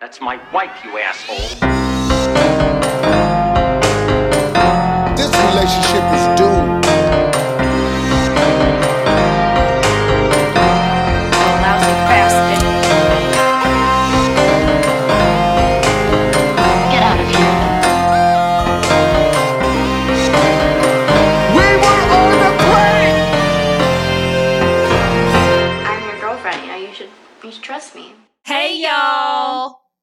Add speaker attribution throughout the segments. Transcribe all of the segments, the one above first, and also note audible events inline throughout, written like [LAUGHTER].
Speaker 1: That's my wife, you asshole.
Speaker 2: This relationship is doomed.
Speaker 3: lousy bastard.
Speaker 4: Get out of here.
Speaker 2: We were on the plane!
Speaker 5: I'm your girlfriend. You know, you should you should trust me.
Speaker 6: Hey, y'all. Uh,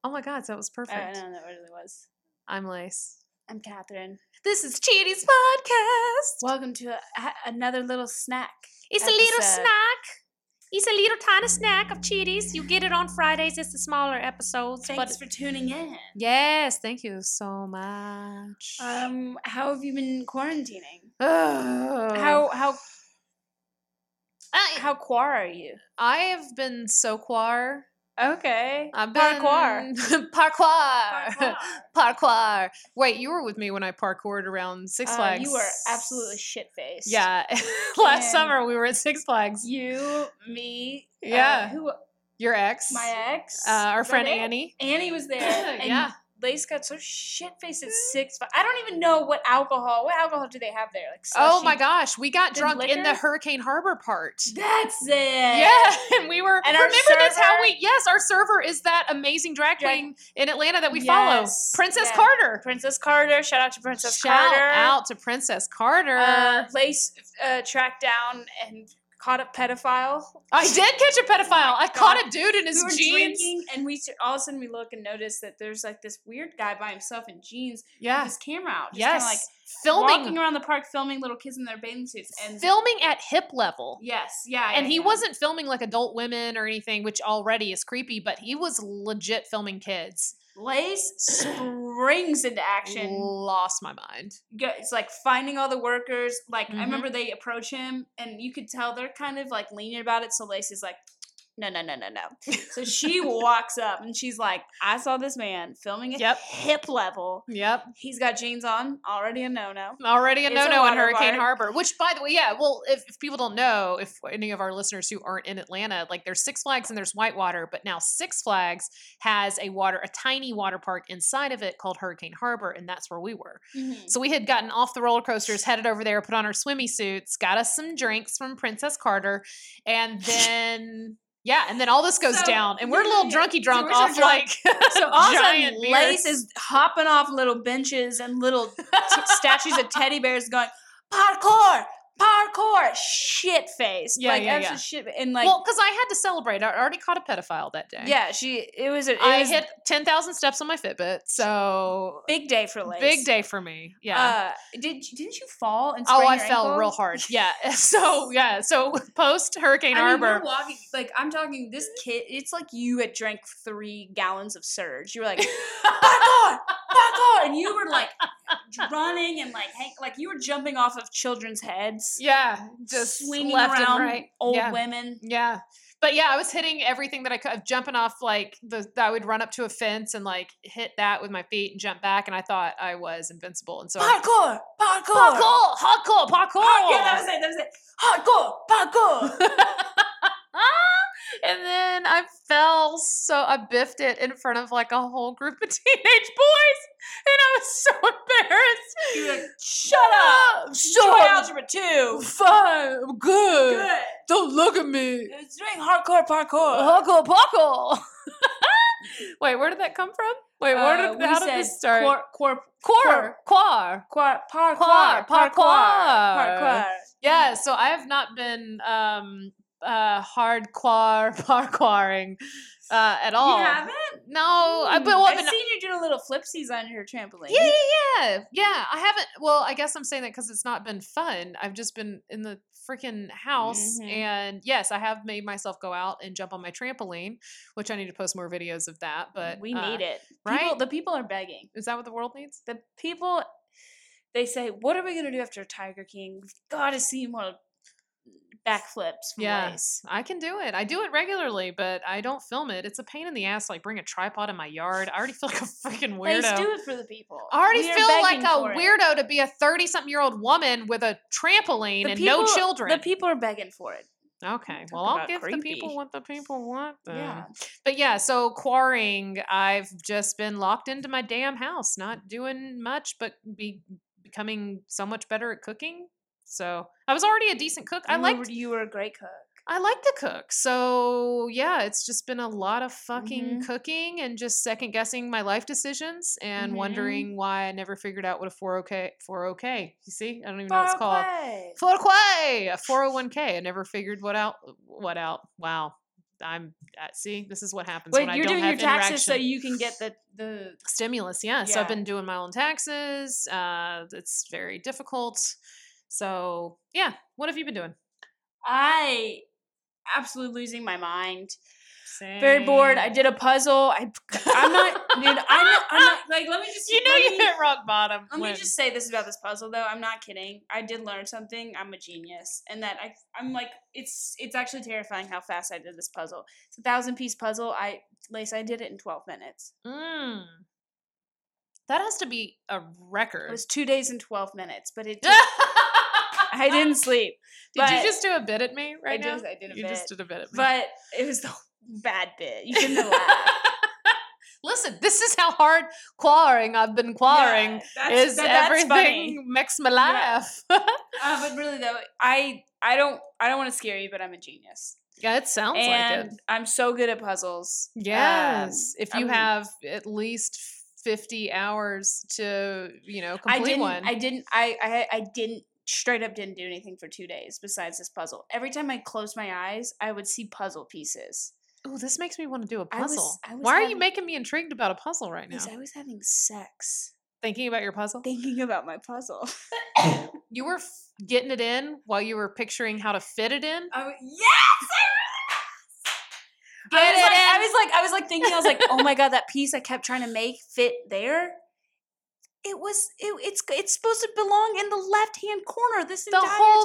Speaker 7: Oh my god, that was
Speaker 6: I
Speaker 7: perfect.
Speaker 6: don't know what it was.
Speaker 7: I'm Lace.
Speaker 6: I'm Catherine.
Speaker 7: This is Cheaty's podcast.
Speaker 6: Welcome to a, a- another little snack.
Speaker 7: It's a little
Speaker 6: episode.
Speaker 7: snack. It's a little tiny snack of Cheaties. You get it on Fridays. It's the smaller episodes.
Speaker 6: Thanks
Speaker 7: but
Speaker 6: for tuning in.
Speaker 7: yes, thank you so much.
Speaker 6: Um, how have you been quarantining?
Speaker 7: Oh.
Speaker 6: How how
Speaker 7: I,
Speaker 6: how quar are you?
Speaker 7: I have been so quar.
Speaker 6: Okay.
Speaker 7: I've been
Speaker 6: Parkour.
Speaker 7: [LAUGHS] parkour.
Speaker 6: Parkour.
Speaker 7: Parkour. Wait, you were with me when I parkoured around Six
Speaker 6: Uh,
Speaker 7: Flags.
Speaker 6: you were absolutely shit faced.
Speaker 7: Yeah. [LAUGHS]
Speaker 6: And-
Speaker 7: Last summer we were at Six Flags.
Speaker 6: You, me, uh,
Speaker 7: Yeah.
Speaker 6: who
Speaker 7: Your ex.
Speaker 6: my ex.
Speaker 7: Uh, our
Speaker 6: was that
Speaker 7: friend
Speaker 6: it?
Speaker 7: Annie.
Speaker 6: Annie was there.
Speaker 7: [COUGHS]
Speaker 6: and
Speaker 7: Yeah.
Speaker 6: Lace got so shit faced at six. But I don't even know what alcohol. What alcohol do they have there? Like
Speaker 7: Oh
Speaker 6: slushy?
Speaker 7: my gosh, we got
Speaker 6: Did
Speaker 7: drunk in the
Speaker 6: liquor?
Speaker 7: Hurricane Harbor part.
Speaker 6: That's it.
Speaker 7: Yeah, [LAUGHS] and we were.
Speaker 6: And our
Speaker 7: remember, that's how
Speaker 6: server-
Speaker 7: we. Yes, our server is that amazing drag
Speaker 6: Drag-
Speaker 7: queen in Atlanta that we
Speaker 6: Yes,
Speaker 7: follow, Princess
Speaker 6: yes.
Speaker 7: Carter.
Speaker 6: Princess Carter. Shout out to Princess
Speaker 7: Shout
Speaker 6: Carter.
Speaker 7: out to Princess Carter.
Speaker 6: Uh, Lace uh, tracked down and caught a pedophile.
Speaker 7: I did catch a pedophile. I caught a dude in
Speaker 6: We
Speaker 7: his
Speaker 6: were
Speaker 7: jeans.
Speaker 6: drinking, and we s- all of a sudden we look and notice that there's like this weird guy by himself in jeans with
Speaker 7: Yeah.
Speaker 6: his camera out, just
Speaker 7: Yes.
Speaker 6: kind of like
Speaker 7: filming,
Speaker 6: walking around the park, filming little kids in their bathing suits. And
Speaker 7: filming at hip level.
Speaker 6: yes, yeah,
Speaker 7: And
Speaker 6: yeah,
Speaker 7: he
Speaker 6: yeah.
Speaker 7: wasn't filming like adult women or anything, which already is creepy, but he was legit filming kids.
Speaker 6: Lace springs into action.
Speaker 7: Lost my mind.
Speaker 6: Go, it's like finding all the workers. Like
Speaker 7: Mhm.
Speaker 6: I remember they approach him, and you could tell they're kind of like lenient about it. So Lace is like, no, no, no, no, no.
Speaker 7: [LAUGHS]
Speaker 6: so she walks up and she's like, I saw this man filming at
Speaker 7: Yep.
Speaker 6: hip level.
Speaker 7: Yep.
Speaker 6: He's got jeans on, already a no no.
Speaker 7: Already a
Speaker 6: It's a
Speaker 7: no no in
Speaker 6: water
Speaker 7: Hurricane
Speaker 6: park.
Speaker 7: Harbor, which, by the way, yeah. Well, if, if people don't know, if any of our listeners who aren't in Atlanta, like there's Six Flags and there's Whitewater, but now Six Flags has a water, a tiny water park inside of it called Hurricane Harbor, and that's where we were. So we had gotten off the roller coasters, headed over there, put on our swimmy suits, got us some drinks from Princess Carter,
Speaker 6: [LAUGHS]
Speaker 7: and then. Yeah, and then all this goes
Speaker 6: So-
Speaker 7: down, and we're a
Speaker 6: yeah, [LAUGHS]
Speaker 7: little
Speaker 6: yeah, yeah.
Speaker 7: drunky
Speaker 6: So
Speaker 7: drunk
Speaker 6: we're so
Speaker 7: off
Speaker 6: drunk.
Speaker 7: like
Speaker 6: So all of a
Speaker 7: giant
Speaker 6: sudden,
Speaker 7: beers.
Speaker 6: Lace is hopping off little benches and little t- statues of teddy bears going, parkour, parkour, shit face.
Speaker 7: Yeah,
Speaker 6: like,
Speaker 7: yeah,
Speaker 6: absolute
Speaker 7: yeah.
Speaker 6: shit. And
Speaker 7: [LAUGHS]
Speaker 6: like,
Speaker 7: well, because I had to celebrate. I already caught a pedophile that day.
Speaker 6: yeah, she, it was a it
Speaker 7: I
Speaker 6: was
Speaker 7: hit 10,000 steps on my Fitbit. So
Speaker 6: big day for Lace.
Speaker 7: big day for me. Yeah.
Speaker 6: Uh, did, didn't you fall and
Speaker 7: oh,
Speaker 6: sprain
Speaker 7: I
Speaker 6: your
Speaker 7: fell
Speaker 6: ankle?
Speaker 7: real hard. Yeah. [LAUGHS] So, yeah. So post Hurricane
Speaker 6: I mean,
Speaker 7: Harbor.
Speaker 6: we're walking, like, I'm talking, this kid, it's like you had drank three gallons of Surge. You were like, parkour, parkour, and you
Speaker 7: [LAUGHS]
Speaker 6: were like running and like hang, like you were jumping off of children's heads,
Speaker 7: yeah. Just
Speaker 6: swinging
Speaker 7: left
Speaker 6: around
Speaker 7: and right.
Speaker 6: old
Speaker 7: yeah.
Speaker 6: women.
Speaker 7: Yeah. But yeah, I was hitting everything that I could, jumping off like the, I would run up to a fence and like hit that with my feet and jump back. And I thought I was invincible. And so, I-
Speaker 6: Parkour, parkour,
Speaker 7: parkour, hardcore, parkour.
Speaker 6: Par-
Speaker 7: [LAUGHS]
Speaker 6: yeah, that was it. That was it. Hardcore, parkour.
Speaker 7: Ah! and then I fell so I biffed it in front of like a whole group of [LAUGHS] teenage boys, and I was so [LAUGHS] embarrassed.
Speaker 6: You were like, shut up. Shut up. algebra
Speaker 7: [LAUGHS]
Speaker 6: two.
Speaker 7: Fine, I'm good.
Speaker 6: Good.
Speaker 7: Don't look at me.
Speaker 6: It was doing hardcore parkour.
Speaker 7: Huckle puckle. [LAUGHS] Wait, where did that come from? Wait, where
Speaker 6: Uh,
Speaker 7: did,
Speaker 6: we
Speaker 7: how did
Speaker 6: said
Speaker 7: this start?
Speaker 6: Quar, quar,
Speaker 7: Quar, quar.
Speaker 6: quar, parkour,
Speaker 7: Quar,
Speaker 6: parkour,
Speaker 7: parkour.
Speaker 6: parkour.
Speaker 7: Yeah, so I have not been um uh [LAUGHS] hardcore parkouring uh at all.
Speaker 6: You haven't? Hmm,
Speaker 7: No, Oh, I, but well, I've
Speaker 6: I've
Speaker 7: been
Speaker 6: seen you do little flipsies on your trampoline.
Speaker 7: Hmm. Yeah, yeah, yeah, yeah. I haven't. Well, I guess I'm saying that because it's not been fun. I've just been in the freaking house,
Speaker 6: Mhm.
Speaker 7: and yes, I have made myself go out and jump on my trampoline, which I need to post more videos of that. But uh,
Speaker 6: we need it.
Speaker 7: right?
Speaker 6: People, the people are begging.
Speaker 7: Is that what the world needs?
Speaker 6: The people, they say, "What are we gonna do after Tiger King? We've got to see more backflips from
Speaker 7: Yeah.
Speaker 6: Lace."
Speaker 7: I can do it. I do it regularly, but I don't film it. It's a pain in the ass. to, Like bring a tripod in my yard. I already feel like a freaking weirdo.
Speaker 6: Lace, do it for the people.
Speaker 7: I already
Speaker 6: We are
Speaker 7: feel like
Speaker 6: begging for
Speaker 7: a
Speaker 6: it.
Speaker 7: weirdo to be a 30 something year old woman with a trampoline
Speaker 6: The
Speaker 7: and
Speaker 6: people-
Speaker 7: no children.
Speaker 6: The people are begging for it.
Speaker 7: Okay. Well,
Speaker 6: Talk
Speaker 7: I'll
Speaker 6: about
Speaker 7: give the people
Speaker 6: creepy.
Speaker 7: what the people want. Then.
Speaker 6: Yeah.
Speaker 7: But yeah, so quarrying, I've just been locked into my damn house, not doing much, but be becoming so much better at cooking. So I was already a decent cook. I
Speaker 6: You
Speaker 7: liked
Speaker 6: were- you were a great cook.
Speaker 7: I like to cook. So yeah, it's just been a lot of fucking
Speaker 6: Mhm.
Speaker 7: cooking and just second guessing my life decisions and
Speaker 6: Mhm.
Speaker 7: wondering why I never figured out what a 4OK 4OK. You see? I don't even know what it's called.
Speaker 6: Okay.
Speaker 7: 4K, a
Speaker 6: [LAUGHS]
Speaker 7: 401k. I never figured what out. What out? Wow. I'm uh, see. This is what happens
Speaker 6: Wait,
Speaker 7: when I
Speaker 6: you're
Speaker 7: don't
Speaker 6: doing
Speaker 7: have
Speaker 6: your taxes so
Speaker 7: interaction.
Speaker 6: you can get the the
Speaker 7: stimulus. Yeah. So I've
Speaker 6: Yeah.
Speaker 7: been doing my own taxes. Uh, it's very difficult. So yeah. What have you been doing?
Speaker 6: I absolutely losing my mind. Very bored.
Speaker 7: Mm.
Speaker 6: I did a puzzle. I I'm not dude, I'm not, I'm not like
Speaker 7: [LAUGHS]
Speaker 6: let me just
Speaker 7: You know
Speaker 6: let
Speaker 7: you
Speaker 6: me-
Speaker 7: hit rock bottom.
Speaker 6: Let
Speaker 7: when-
Speaker 6: me just say this about this puzzle, though. I'm not kidding. I did learn something. I'm a genius, and that I, I'm like, it's it's actually terrifying how fast I did this puzzle. It's a thousand piece puzzle. I Lace, I did it in 12 minutes.
Speaker 7: Mm. That has to be a
Speaker 6: It
Speaker 7: record. [LAUGHS]
Speaker 6: was two days and 12 minutes, but it. Took, I didn't sleep,
Speaker 7: Did you
Speaker 6: but-
Speaker 7: just do a bit at me right now?
Speaker 6: just- I did a
Speaker 7: you just did a bit at me.
Speaker 6: but it was the [LAUGHS] bad bit. You couldn't
Speaker 7: [LAUGHS]
Speaker 6: laugh.
Speaker 7: Listen, this is how hard quarrying I've been quarrying.
Speaker 6: Yeah, that's-
Speaker 7: is
Speaker 6: that- that's funny.
Speaker 7: everything makes me laugh. [LAUGHS] Yeah,
Speaker 6: Uh, but really, though, I I don't I don't want to scare you, but I'm a genius,
Speaker 7: it sounds
Speaker 6: and
Speaker 7: like it.
Speaker 6: I'm so good at puzzles. Um,
Speaker 7: Yes, if you
Speaker 6: I'm-
Speaker 7: have at least fifty hours to, you know,
Speaker 6: Um, I
Speaker 7: complete
Speaker 6: didn't,
Speaker 7: one.
Speaker 6: I didn't. I I I didn't. Straight up, didn't do anything for two days besides this puzzle. Every time I closed my eyes, I would see puzzle pieces.
Speaker 7: oh, this makes me want to do a
Speaker 6: I was-
Speaker 7: puzzle.
Speaker 6: I was
Speaker 7: Why are you
Speaker 6: having-
Speaker 7: making me intrigued about a puzzle right now?
Speaker 6: Because I was having sex
Speaker 7: Thinking about your puzzle.
Speaker 6: thinking about my puzzle.
Speaker 7: you were f- getting it in while you were picturing how to fit it in.
Speaker 6: I was, yes, I, was like, I was like, I was like thinking, I was like, oh my god, that piece I kept trying to make fit there. It was. It, it's. It's supposed to belong in the left hand corner. This
Speaker 7: the
Speaker 6: entire
Speaker 7: whole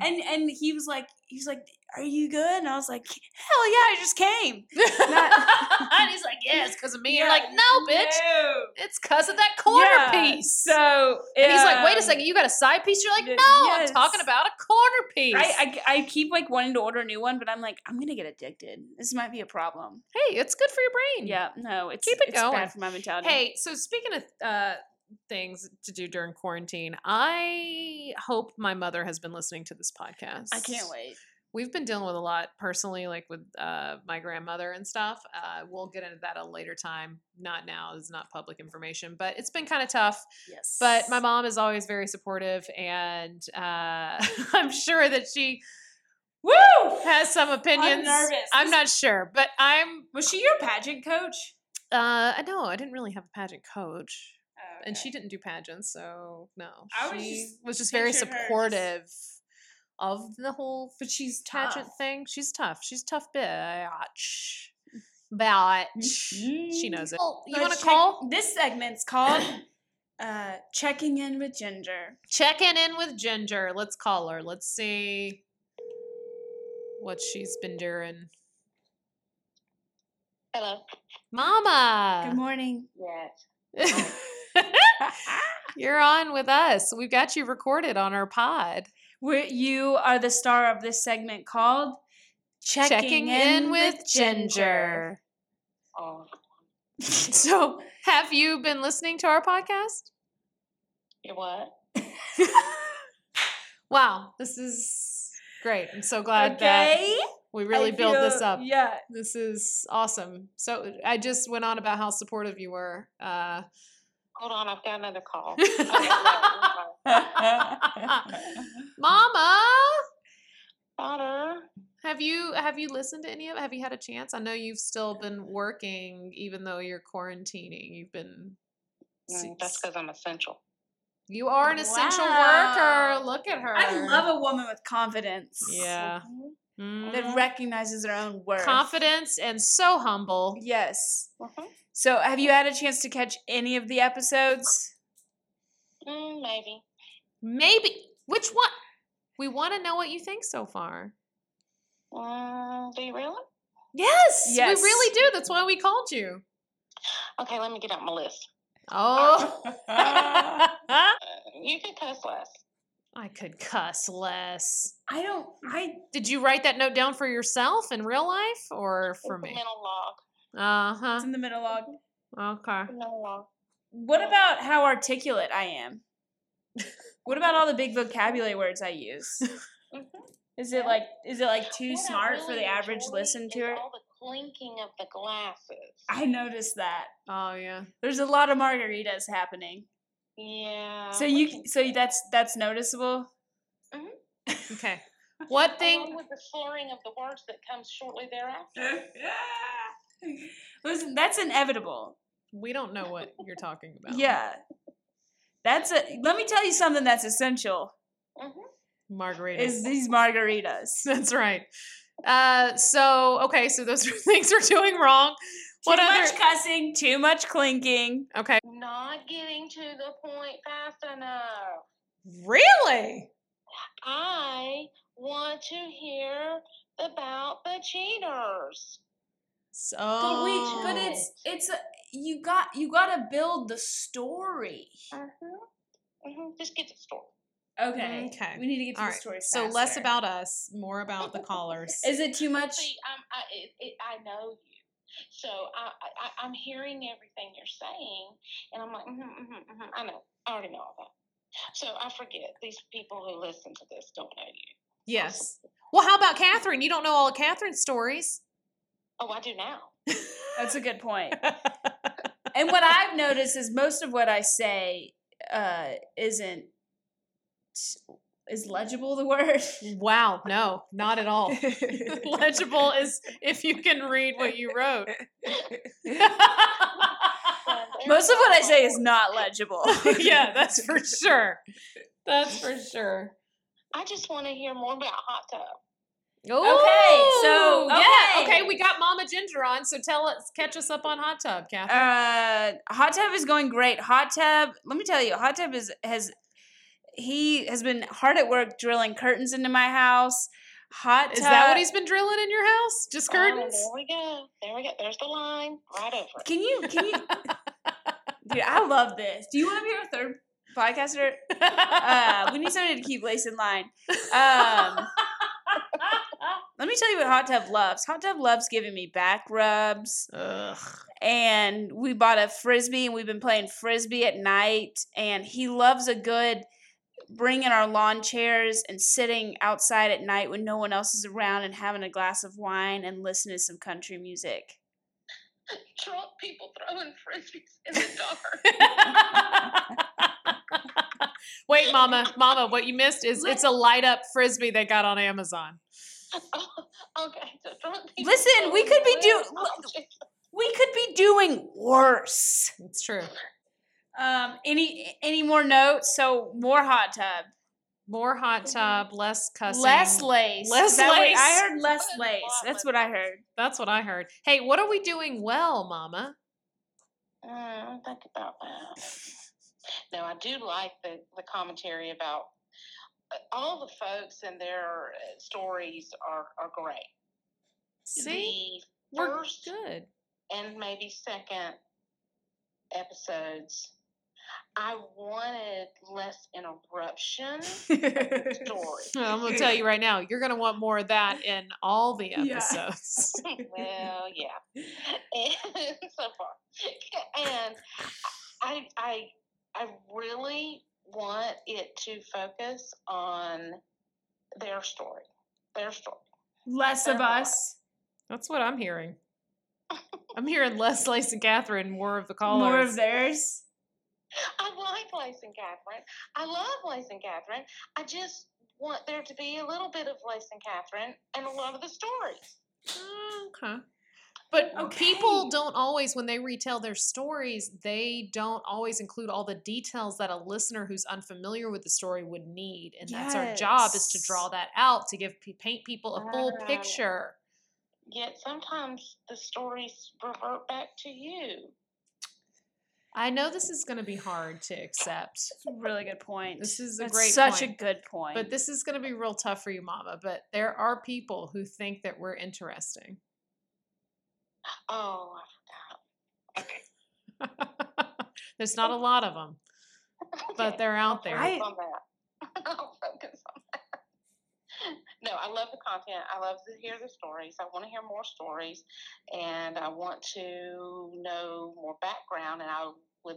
Speaker 7: time.
Speaker 6: And and he was like, he was like, "Are you good?" And I was like, "Hell yeah, I
Speaker 7: [LAUGHS]
Speaker 6: just came."
Speaker 7: and he's like,
Speaker 6: [LAUGHS]
Speaker 7: "Yeah, it's because of me." You're
Speaker 6: Yeah,
Speaker 7: like, "No, bitch,
Speaker 6: no.
Speaker 7: it's because of that corner
Speaker 6: Yeah,
Speaker 7: piece."
Speaker 6: So
Speaker 7: and he's like, "Wait a
Speaker 6: um,
Speaker 7: second, you got a side piece?" You're like, "No,
Speaker 6: th-
Speaker 7: I'm talking
Speaker 6: yes.
Speaker 7: about a corner piece."
Speaker 6: I, I I keep like wanting to order a new one, but I'm like, I'm gonna get addicted. This might be a problem.
Speaker 7: hey, it's good for your brain.
Speaker 6: Yeah, no, it's
Speaker 7: Keep it
Speaker 6: it's
Speaker 7: going.
Speaker 6: bad for my mentality.
Speaker 7: Hey, so speaking of uh, things to do during quarantine, I hope my mother has been listening to this podcast.
Speaker 6: I can't wait.
Speaker 7: We've been dealing with a lot personally, like with uh, my grandmother and stuff. Uh, we'll get into that at a later time. Not now, it's not public information, but it's been kind of tough.
Speaker 6: Yes,
Speaker 7: but my mom is always very supportive and uh, [LAUGHS] i'm sure that she
Speaker 6: Woo!
Speaker 7: has some opinions
Speaker 6: nervous.
Speaker 7: I'm
Speaker 6: This-
Speaker 7: not sure but i'm
Speaker 6: Was she your pageant coach?
Speaker 7: uh i know i didn't really have a pageant coach
Speaker 6: Oh,
Speaker 7: and
Speaker 6: okay.
Speaker 7: she didn't do pageants so no
Speaker 6: I was
Speaker 7: she
Speaker 6: just
Speaker 7: was just very
Speaker 6: pictured her just-
Speaker 7: supportive of the whole
Speaker 6: but she's
Speaker 7: pageant
Speaker 6: tough.
Speaker 7: thing she's tough she's a tough
Speaker 6: [LAUGHS]
Speaker 7: bitch bitch she
Speaker 6: Mhm.
Speaker 7: knows it well, you
Speaker 6: Let's
Speaker 7: want to
Speaker 6: check-
Speaker 7: call
Speaker 6: this segment's called uh, "Checking In with Ginger."
Speaker 7: checking in with Ginger. Let's call her. Let's see what she's been doing.
Speaker 4: Hello.
Speaker 6: Good
Speaker 7: Mama,
Speaker 6: morning.
Speaker 4: Yes.
Speaker 7: [LAUGHS] you're on with us. We've got you recorded on our pod.
Speaker 6: Where you are the star of this segment called
Speaker 7: Checking, in, with,
Speaker 6: [LAUGHS]
Speaker 7: Ginger.
Speaker 4: Oh,
Speaker 7: so, have you been listening to our podcast?
Speaker 4: you what?
Speaker 7: Wow, this is great. I'm so [LAUGHS] glad that
Speaker 6: Okay.
Speaker 7: we really
Speaker 6: I
Speaker 7: built this
Speaker 6: feel-
Speaker 7: up.
Speaker 6: Yeah. [LAUGHS]
Speaker 7: [LAUGHS] This is awesome. So, I just went on about how supportive you were.
Speaker 6: [LAUGHS]
Speaker 7: Uh,
Speaker 4: Hold on, I've got another call.
Speaker 7: Mama,
Speaker 4: Daughter.
Speaker 7: have you have you listened to any of it? Have you had a chance? I know you've still been working even though you're quarantining. You've been
Speaker 4: Mm, that's because I'm essential.
Speaker 7: you are an essential
Speaker 6: Wow.
Speaker 7: worker. Look at her.
Speaker 6: I love a woman with confidence.
Speaker 7: Yeah.
Speaker 4: Mhm.
Speaker 7: Mm.
Speaker 6: That recognizes her own worth.
Speaker 7: Confidence and so humble.
Speaker 6: Yes.
Speaker 4: Mhm.
Speaker 6: So, have you had a chance to catch any of the episodes?
Speaker 4: Mm, maybe.
Speaker 7: Maybe which one? We want to know what you think so far.
Speaker 4: Mm, do you really?
Speaker 7: Yes,
Speaker 6: Yes.
Speaker 7: we really do. That's why we called you.
Speaker 4: Okay, let me get out my list.
Speaker 7: [LAUGHS] Oh,
Speaker 4: Uh, you can cuss less.
Speaker 7: I could cuss less.
Speaker 6: I don't. I
Speaker 4: Uh-huh.
Speaker 7: Did you write that note down for yourself in real life or for
Speaker 4: It's a
Speaker 7: me?
Speaker 4: mental log.
Speaker 7: Uh
Speaker 6: it's
Speaker 7: huh.
Speaker 6: in the middle log.
Speaker 7: Okay.
Speaker 4: It's a mental log.
Speaker 6: What about how articulate I am? What about all the big vocabulary words I use?
Speaker 4: Mhm.
Speaker 6: Is it like is it
Speaker 4: [LAUGHS]
Speaker 6: like too
Speaker 4: What I
Speaker 6: smart for
Speaker 4: really
Speaker 6: the average
Speaker 4: enjoy
Speaker 6: listener?
Speaker 4: Is all the clinking of the glasses.
Speaker 6: I noticed that.
Speaker 7: Oh yeah.
Speaker 6: There's a lot of margaritas happening.
Speaker 4: yeah.
Speaker 6: So you c- so that's that's
Speaker 4: [LAUGHS]
Speaker 6: noticeable.
Speaker 7: Okay. What
Speaker 4: Along
Speaker 7: thing?
Speaker 4: with the slurring of the words that comes shortly thereafter.
Speaker 6: Listen, that's inevitable.
Speaker 7: We don't know what you're talking about.
Speaker 6: Yeah. That's a let me tell you something that's essential
Speaker 4: hmm
Speaker 7: Margarita.
Speaker 6: is these margaritas.
Speaker 7: [LAUGHS] That's right. Uh, so okay, so those [LAUGHS] are things we're doing wrong. What
Speaker 6: too
Speaker 7: other?
Speaker 6: much cussing, too much clinking.
Speaker 7: Okay.
Speaker 4: Not getting to the point fast enough.
Speaker 7: Really?
Speaker 4: I want to hear about the cheaters.
Speaker 7: So.
Speaker 6: But we but
Speaker 7: Oh.
Speaker 6: it's it's a, you got you got to build the story.
Speaker 4: Mm-hmm. Mm-hmm. Just get to the store.
Speaker 6: Okay.
Speaker 7: Okay.
Speaker 6: We need to get to
Speaker 7: all
Speaker 6: the
Speaker 7: right.
Speaker 6: story
Speaker 7: So less
Speaker 6: faster.
Speaker 7: about us, more about the callers. [LAUGHS]
Speaker 6: Is it too much?
Speaker 4: See, I'm, I, it, it, I know you. So I, I, I- I'm hearing everything you're saying, and I'm like, mm-hmm, mm-hmm, mm-hmm. I know. I already know all that. So I forget. These people who listen to this don't know you.
Speaker 7: yes. Well, how about Catherine? You don't know all of Catherine's stories.
Speaker 4: Oh, I do now.
Speaker 6: That's a
Speaker 7: [LAUGHS]
Speaker 6: good point. and what I've noticed is most of what I say uh, isn't is legible. The [LAUGHS] word.
Speaker 7: Wow. No, not at all. [LAUGHS] Legible is if you can read what you wrote. [LAUGHS]
Speaker 4: Um,
Speaker 6: Most of what I
Speaker 7: [LAUGHS]
Speaker 6: say is not legible.
Speaker 7: yeah, that's for sure. That's for sure.
Speaker 4: I just want to hear more about hot tub.
Speaker 6: so-
Speaker 7: Ooh, yeah,
Speaker 6: okay.
Speaker 7: okay, we got Mama Ginger on, so tell us, catch us up on hot tub, Kathy.
Speaker 6: Uh, hot tub is going great. Hot tub. Let me tell you, hot tub is has he has been hard at work drilling curtains into my house. Hot
Speaker 7: Is that
Speaker 6: tub-
Speaker 7: what he's been drilling in your house? Just curtains?
Speaker 4: Oh, there we go. There we go. There's the line right over. it.
Speaker 6: Can you?
Speaker 7: [LAUGHS]
Speaker 6: Can you? Dude, I love this. Do you want to be our third podcaster? Uh, we need somebody to keep Lace in line. Um, let me tell you what Hot Tub loves. Hot Tub loves giving me back rubs,
Speaker 7: Ugh.
Speaker 6: and we bought a frisbee, and we've been playing frisbee at night. And he loves a good bringing our lawn chairs and sitting outside at night when no one else is around and having a glass of wine and listening to some country music.
Speaker 4: Drunk people throwing frisbees in the [LAUGHS] dark.
Speaker 7: [LAUGHS] Wait, Mama, Mama, what you missed is it's a light up frisbee they got on Amazon.
Speaker 4: okay, so drunk people.
Speaker 6: Listen, we could be do-
Speaker 4: throwing [LAUGHS] little
Speaker 6: look-
Speaker 4: objects.
Speaker 6: We could be doing worse.
Speaker 7: It's true.
Speaker 6: Um, any any more notes? So more hot tub,
Speaker 7: More hot tub, less cussing.
Speaker 6: less lace,
Speaker 7: Less
Speaker 6: Is that what-
Speaker 7: lace.
Speaker 6: I heard less
Speaker 4: Good
Speaker 6: lace.
Speaker 4: God,
Speaker 6: That's
Speaker 4: let's
Speaker 6: what I
Speaker 4: go.
Speaker 6: heard.
Speaker 7: That's what I heard. Hey, what are we doing well, Mama?
Speaker 4: Mm, think about [LAUGHS] that. No, I do like the, the commentary about uh, all the folks and their uh, stories are, are great.
Speaker 7: See,
Speaker 4: the
Speaker 7: we're
Speaker 6: [LAUGHS]
Speaker 4: first
Speaker 7: good.
Speaker 4: and maybe second episodes, I wanted less [LAUGHS] interruption. story.
Speaker 7: I'm [LAUGHS] gonna tell you right now, you're gonna want more of that in all the
Speaker 6: Yeah.
Speaker 7: episodes.
Speaker 4: [LAUGHS] well, yeah. [LAUGHS] And so far. And I I I really want it to focus on their story. Their story.
Speaker 6: Less of us,
Speaker 7: That's what I'm hearing. I'm hearing less Lace and Catherine, more of the callers.
Speaker 6: more of theirs.
Speaker 4: I like Lace and Catherine. I love Lace and Catherine. I just want there to be a little bit of Lace and Catherine and a lot of the stories.
Speaker 7: Oh, Okay. But people
Speaker 6: Okay.
Speaker 7: don't always, when they retell their stories, they don't always include all the details that a listener who's unfamiliar with the story would need, and that's our job is to
Speaker 6: Yes.
Speaker 7: draw that out to give pe- paint people a full
Speaker 4: Wow.
Speaker 7: picture.
Speaker 4: Yet sometimes the stories revert back to you.
Speaker 7: I know this is going to be hard to accept,
Speaker 6: That's a really good point.
Speaker 7: This is a
Speaker 6: That's
Speaker 7: great
Speaker 6: such a
Speaker 7: point.
Speaker 6: good point.
Speaker 7: but this is going to be real tough for you, Mama. But there are people who think that we're interesting. [LAUGHS]
Speaker 4: Oh,
Speaker 7: There's not a lot of them,
Speaker 4: okay. [LAUGHS]
Speaker 7: but they're out there.
Speaker 4: I'll focus on that. I'll focus on that. I love the content. I love to hear the stories. I want to hear more stories, and I want to know more background. And I would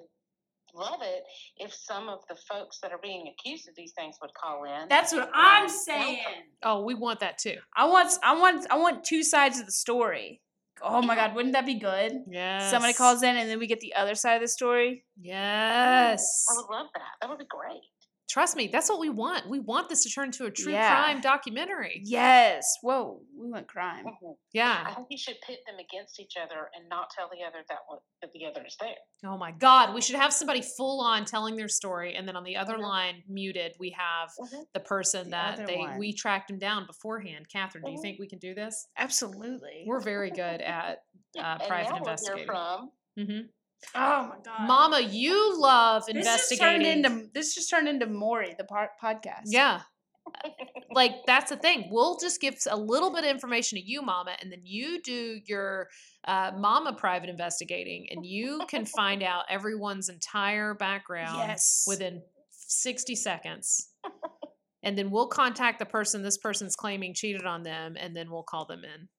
Speaker 4: love it if some of the folks that are being accused of these things would call in.
Speaker 6: That's what I'm saying.
Speaker 7: Oh, we want that too.
Speaker 6: I want I want I want two sides of the story. Oh my god, wouldn't that be good?
Speaker 7: Yeah.
Speaker 6: Somebody calls in and then we get the other side of the story.
Speaker 7: Yes.
Speaker 4: I would love that. That would be great.
Speaker 7: Trust me, that's what we want. We want this to turn into a true
Speaker 6: Yeah.
Speaker 7: crime documentary.
Speaker 6: Yes. Whoa, we went crime.
Speaker 4: Mhm. I
Speaker 7: Yeah.
Speaker 4: think you should pit them against each other and not tell the other that one that the other is there.
Speaker 7: Oh my God. We should have somebody full on telling their story. And then on the other line, muted, we have the person
Speaker 6: Uh-huh. The other
Speaker 7: that they
Speaker 6: one. Uh-huh.
Speaker 7: we tracked him down beforehand. Catherine, do you
Speaker 4: Mhm.
Speaker 7: think we can do this?
Speaker 6: Absolutely.
Speaker 7: We're very good at uh,
Speaker 4: and
Speaker 7: private
Speaker 4: now
Speaker 7: investigating.
Speaker 4: We'll hear from
Speaker 7: hmm
Speaker 4: [LAUGHS]
Speaker 6: oh my god.
Speaker 7: Mama, you love
Speaker 6: this just
Speaker 7: investigating.
Speaker 6: turned into this just turned into Maury the par- podcast.
Speaker 7: yeah. like that's the thing. We'll just give a little bit of information to you, Mama, and then you do your uh, Mama private investigating, and you can find out everyone's entire background
Speaker 6: Yes.
Speaker 7: within sixty seconds. And then we'll contact the person this person's claiming cheated on them, and then we'll call them in.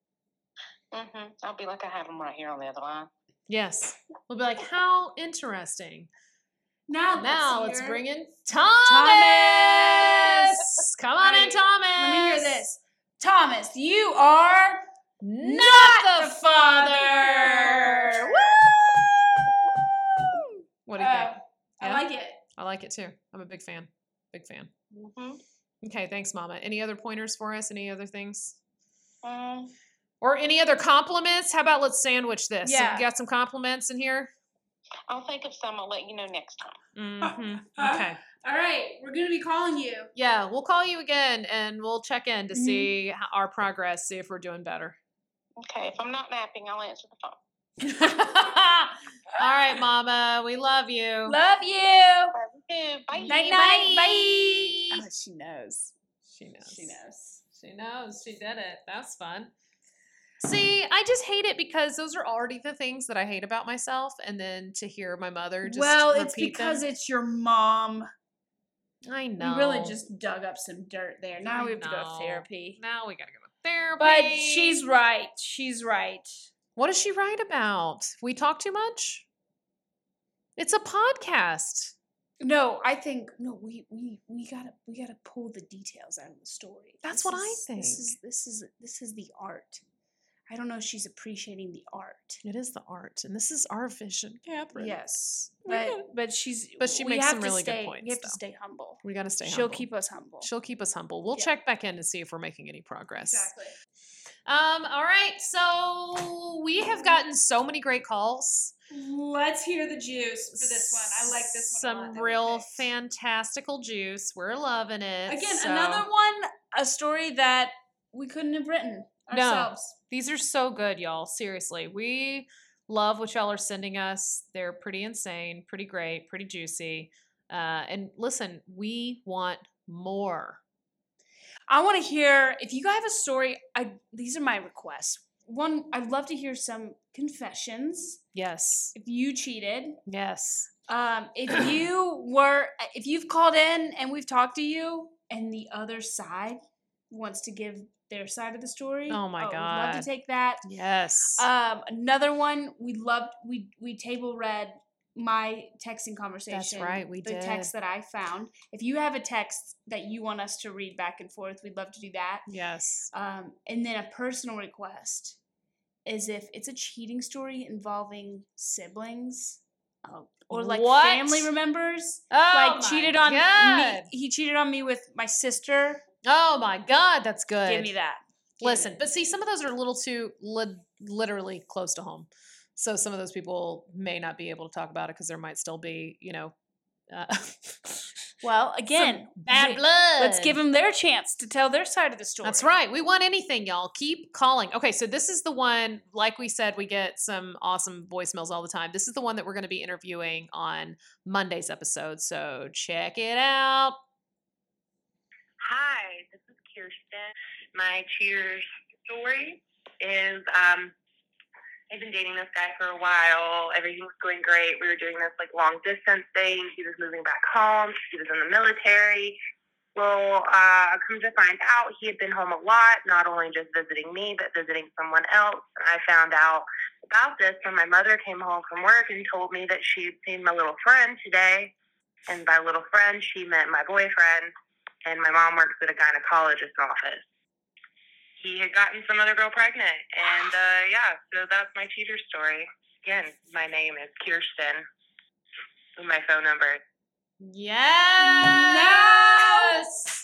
Speaker 4: hmm I'll be like I have them right here on the other line.
Speaker 7: Yes. We'll be like, how interesting.
Speaker 6: Now
Speaker 7: Now let's
Speaker 6: hear-
Speaker 7: bring in Thomas. Come on in,
Speaker 6: Alright,
Speaker 7: Thomas.
Speaker 6: Let me hear this. Thomas, you are
Speaker 7: Not, the, father.
Speaker 6: father.
Speaker 7: Woo! What do you
Speaker 6: Uh,
Speaker 7: think?
Speaker 6: I
Speaker 7: Yeah?
Speaker 6: like it.
Speaker 7: I like it too. I'm a big fan. Big fan.
Speaker 4: Mm-hmm.
Speaker 7: Okay, thanks, Mama. Any other pointers for us? Any other things?
Speaker 4: Um,
Speaker 7: Or any other compliments? How about let's sandwich this? So
Speaker 6: Yeah.
Speaker 7: we got some compliments in here?
Speaker 4: I'll think of some. I'll let you know next time.
Speaker 6: [LAUGHS]
Speaker 7: hmm
Speaker 6: Huh?
Speaker 7: Okay.
Speaker 6: All right, we're gonna be calling you.
Speaker 7: Yeah, we'll call you again and we'll check in to
Speaker 6: Mhm.
Speaker 7: see ho- our progress, see if we're doing better. [LAUGHS]
Speaker 4: Okay. If I'm not napping, I'll answer the phone.
Speaker 7: All right, Mama, we love you.
Speaker 6: Love you.
Speaker 4: Love you too. Bye.
Speaker 6: Night, night, bye. Oh, she knows.
Speaker 7: She knows.
Speaker 6: She knows.
Speaker 7: She knows. She did it. That's fun. See, I just hate it because those are already the things that I hate about myself, and then to hear my mother just
Speaker 6: well,
Speaker 7: repeat
Speaker 6: it's because
Speaker 7: them.
Speaker 6: it's your mom.
Speaker 7: I know.
Speaker 6: We really just dug up some dirt there. Now
Speaker 7: I
Speaker 6: we have to go
Speaker 7: know.
Speaker 6: to therapy.
Speaker 7: now we gotta go to therapy.
Speaker 6: But she's right. She's right.
Speaker 7: what is she right about? We talk too much. It's a podcast.
Speaker 6: No, I think no. We we we gotta we gotta pull the details out of the story.
Speaker 7: That's what I
Speaker 6: is- This is
Speaker 7: think.
Speaker 6: this is this is the art. I don't know if she's appreciating the art.
Speaker 7: It is the art, and this is our vision, Catherine.
Speaker 6: Yes,
Speaker 7: We
Speaker 6: but
Speaker 7: gotta-
Speaker 6: but she's
Speaker 7: But she
Speaker 6: we
Speaker 7: makes
Speaker 6: have
Speaker 7: some
Speaker 6: to
Speaker 7: really good
Speaker 6: stay-
Speaker 7: points,
Speaker 6: We have
Speaker 7: though.
Speaker 6: to stay humble.
Speaker 7: we gotta stay.
Speaker 6: She'll
Speaker 7: humble.
Speaker 6: keep us humble.
Speaker 7: She'll keep us humble. We'll
Speaker 6: Yeah.
Speaker 7: check back in and see if we're making any progress. Um, all right, so we have gotten so many great calls.
Speaker 6: Let's hear the juice for this one. I like this one. a lot
Speaker 7: Some
Speaker 6: that we
Speaker 7: real
Speaker 6: picked.
Speaker 7: fantastical juice. We're loving it.
Speaker 6: Again,
Speaker 7: so-
Speaker 6: another one, a story that we couldn't have written
Speaker 7: No.
Speaker 6: ourselves.
Speaker 7: These are so good, y'all. Seriously, we love what y'all are sending us. They're pretty insane, pretty great, pretty juicy. Uh, and listen, we want more.
Speaker 6: I want to hear if you guys have a story. I these are my requests. One, I'd love to hear some confessions.
Speaker 7: Yes,
Speaker 6: If you cheated,
Speaker 7: yes.
Speaker 6: um, if
Speaker 7: [CLEARS THROAT]
Speaker 6: you were, if you've called in and we've talked to you, and the other side wants to give their side of the story.
Speaker 7: Oh my
Speaker 6: we'd
Speaker 7: God.
Speaker 6: love to take that.
Speaker 7: Yes.
Speaker 6: Um, another one we loved. We we table read my texting conversation.
Speaker 7: right, we
Speaker 6: the
Speaker 7: did.
Speaker 6: text that I found. If you have a text that you want us to read back and forth, we'd love to do that.
Speaker 7: yes.
Speaker 6: Um, and then a personal request is if it's a cheating story involving siblings oh, or like
Speaker 7: What?
Speaker 6: family members.
Speaker 7: Oh,
Speaker 6: like
Speaker 7: my
Speaker 6: cheated on
Speaker 7: God.
Speaker 6: me. He cheated on me with my sister.
Speaker 7: Oh my God, that's good.
Speaker 6: Give me that. Give me
Speaker 7: Listen, but see, some of those are a little too lit literally close to home. So some of those people may not be able to talk about it because there might still be, you know, uh, [LAUGHS]
Speaker 6: Well, again,
Speaker 7: bad
Speaker 6: wait,
Speaker 7: blood.
Speaker 6: Let's give them their chance to tell their side of the story.
Speaker 7: That's right. We want anything, y'all. Keep calling. Okay, so this is the one, like we said, we get some awesome voicemails all the time. This is the one that we're going to be interviewing on Monday's episode. So check it out.
Speaker 8: Hi, this is Kirsten. My cheaters story is um, I've been dating this guy for a while. Everything was going great. We were doing this like long distance thing. He was moving back home. He was in the military. Well, uh, come to find out, he had been home a lot, not only just visiting me, but visiting someone else. And I found out about this when my mother came home from work and told me that she'd seen my little friend today. And by little friend, she meant my boyfriend. And my mom works at a gynecologist's office. He had gotten some other girl pregnant. And uh, yeah, so that's my cheater story. Again, my name is Kirsten. And my phone number is
Speaker 7: Yes.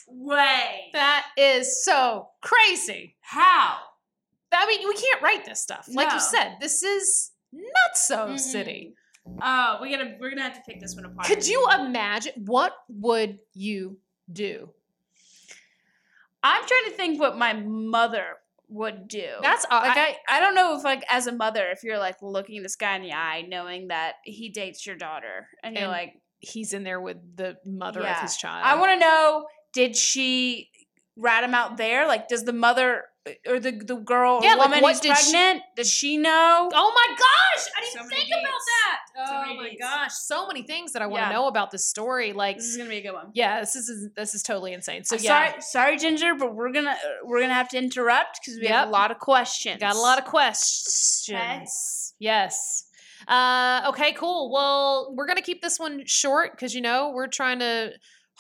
Speaker 6: Way.
Speaker 7: That is so crazy.
Speaker 6: How?
Speaker 7: I mean, we can't write this stuff. Like
Speaker 6: No.
Speaker 7: you said, this is nutso
Speaker 6: Mm-mm.
Speaker 7: city.
Speaker 6: Mm-hmm. Oh, we gotta. We're gonna have to pick this one apart.
Speaker 7: Could you imagine? What would you do?
Speaker 6: I'm trying to think what my mother would do.
Speaker 7: That's uh,
Speaker 6: like I, I don't know if like as a mother if you're like looking this guy in the eye knowing that he dates your daughter and you're
Speaker 7: And uh,
Speaker 6: like
Speaker 7: he's in there with the mother of
Speaker 6: Yeah.
Speaker 7: his child.
Speaker 6: I want to know did she rat him out there like does the mother uh, or the the girl or
Speaker 7: Yeah, like,
Speaker 6: woman
Speaker 7: what
Speaker 6: who's
Speaker 7: did she-
Speaker 6: pregnant does she know
Speaker 7: Oh my gosh! I didn't
Speaker 6: So many
Speaker 7: think
Speaker 6: dates.
Speaker 7: about
Speaker 6: So
Speaker 7: that. oh
Speaker 6: many
Speaker 7: my
Speaker 6: dates.
Speaker 7: gosh! So many things that I want to
Speaker 6: Yeah.
Speaker 7: know about this story. Like,
Speaker 6: this is gonna be a good one
Speaker 7: yeah, this is this is totally insane. So
Speaker 6: so
Speaker 7: yeah,
Speaker 6: sorry sorry Ginger but we're gonna uh, we're gonna have to interrupt because we have
Speaker 7: Yep.
Speaker 6: a lot of questions
Speaker 7: got a lot of questions. Yes. Uh, okay, cool. Well, we're gonna keep this one short because you know we're trying to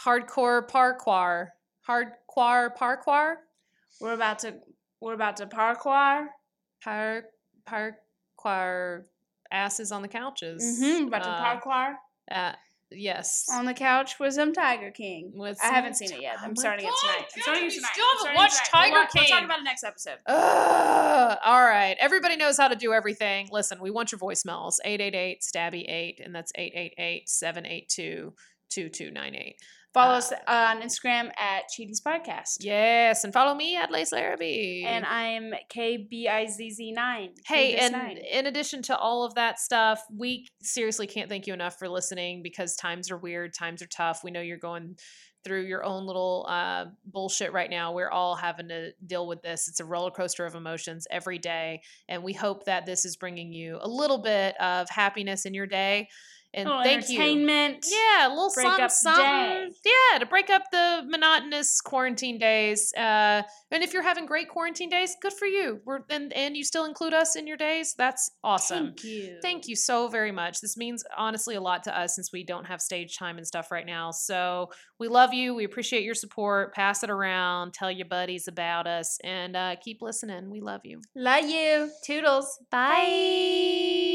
Speaker 7: hardcore parkour, hardcore parkour,
Speaker 6: we're about to we're about to parkour
Speaker 7: par parkour asses on the couches.
Speaker 6: mm-hmm, about to Um,
Speaker 7: Uh,
Speaker 6: parkour
Speaker 7: uh, yes.
Speaker 6: on the couch with some Tiger King.
Speaker 7: With
Speaker 6: I haven't
Speaker 7: some
Speaker 6: seen it yet.
Speaker 7: Ti- Oh
Speaker 6: I'm
Speaker 7: my
Speaker 6: starting it
Speaker 7: God,
Speaker 6: tonight. I'm starting
Speaker 7: Karen,
Speaker 6: it
Speaker 7: you
Speaker 6: tonight.
Speaker 7: still
Speaker 6: I'm
Speaker 7: haven't
Speaker 6: starting it
Speaker 7: watched
Speaker 6: tonight. We'll
Speaker 7: Tiger
Speaker 6: wa- We'll
Speaker 7: King.
Speaker 6: talk about it next episode.
Speaker 7: Ugh. All right. Everybody knows how to do everything. Listen, we want your voicemails 888 Stabby 8, and that's 888 782 2298.
Speaker 6: Follow
Speaker 7: Uh,
Speaker 6: us on Instagram at Cheaties Podcast.
Speaker 7: Yes. And follow me at Lace Larrabee.
Speaker 6: And I'm KBIZZ9.
Speaker 7: Hey,
Speaker 6: This
Speaker 7: and
Speaker 6: nine.
Speaker 7: in addition to all of that stuff, we seriously can't thank you enough for listening because times are weird, times are tough. We know you're going through your own little uh, bullshit right now. We're all having to deal with this. It's a roller coaster of emotions every day. And we hope that this is bringing you a little bit of happiness in your day.
Speaker 6: A
Speaker 7: And
Speaker 6: little
Speaker 7: thank you.
Speaker 6: Oh, entertainment.
Speaker 7: Yeah, a little
Speaker 6: Break
Speaker 7: something,
Speaker 6: up the
Speaker 7: something.
Speaker 6: day.
Speaker 7: Yeah, to break up the monotonous quarantine days. Uh, and if you're having great quarantine days, good for you. We're and and you still include us in your days. That's awesome.
Speaker 6: Thank you.
Speaker 7: Thank you so very much. This means honestly a lot to us since we don't have stage time and stuff right now. So we love you. We appreciate your support. Pass it around. Tell your buddies about us and uh, keep listening. We love you.
Speaker 6: Love you. Toodles. Bye.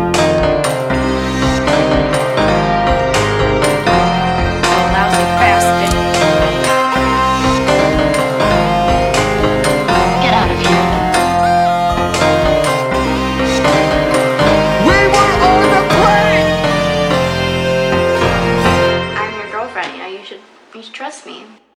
Speaker 3: lousy bastard.
Speaker 5: Get out of here.
Speaker 2: We were on a break.
Speaker 5: I'm your girlfriend. You know, you should, you should trust me.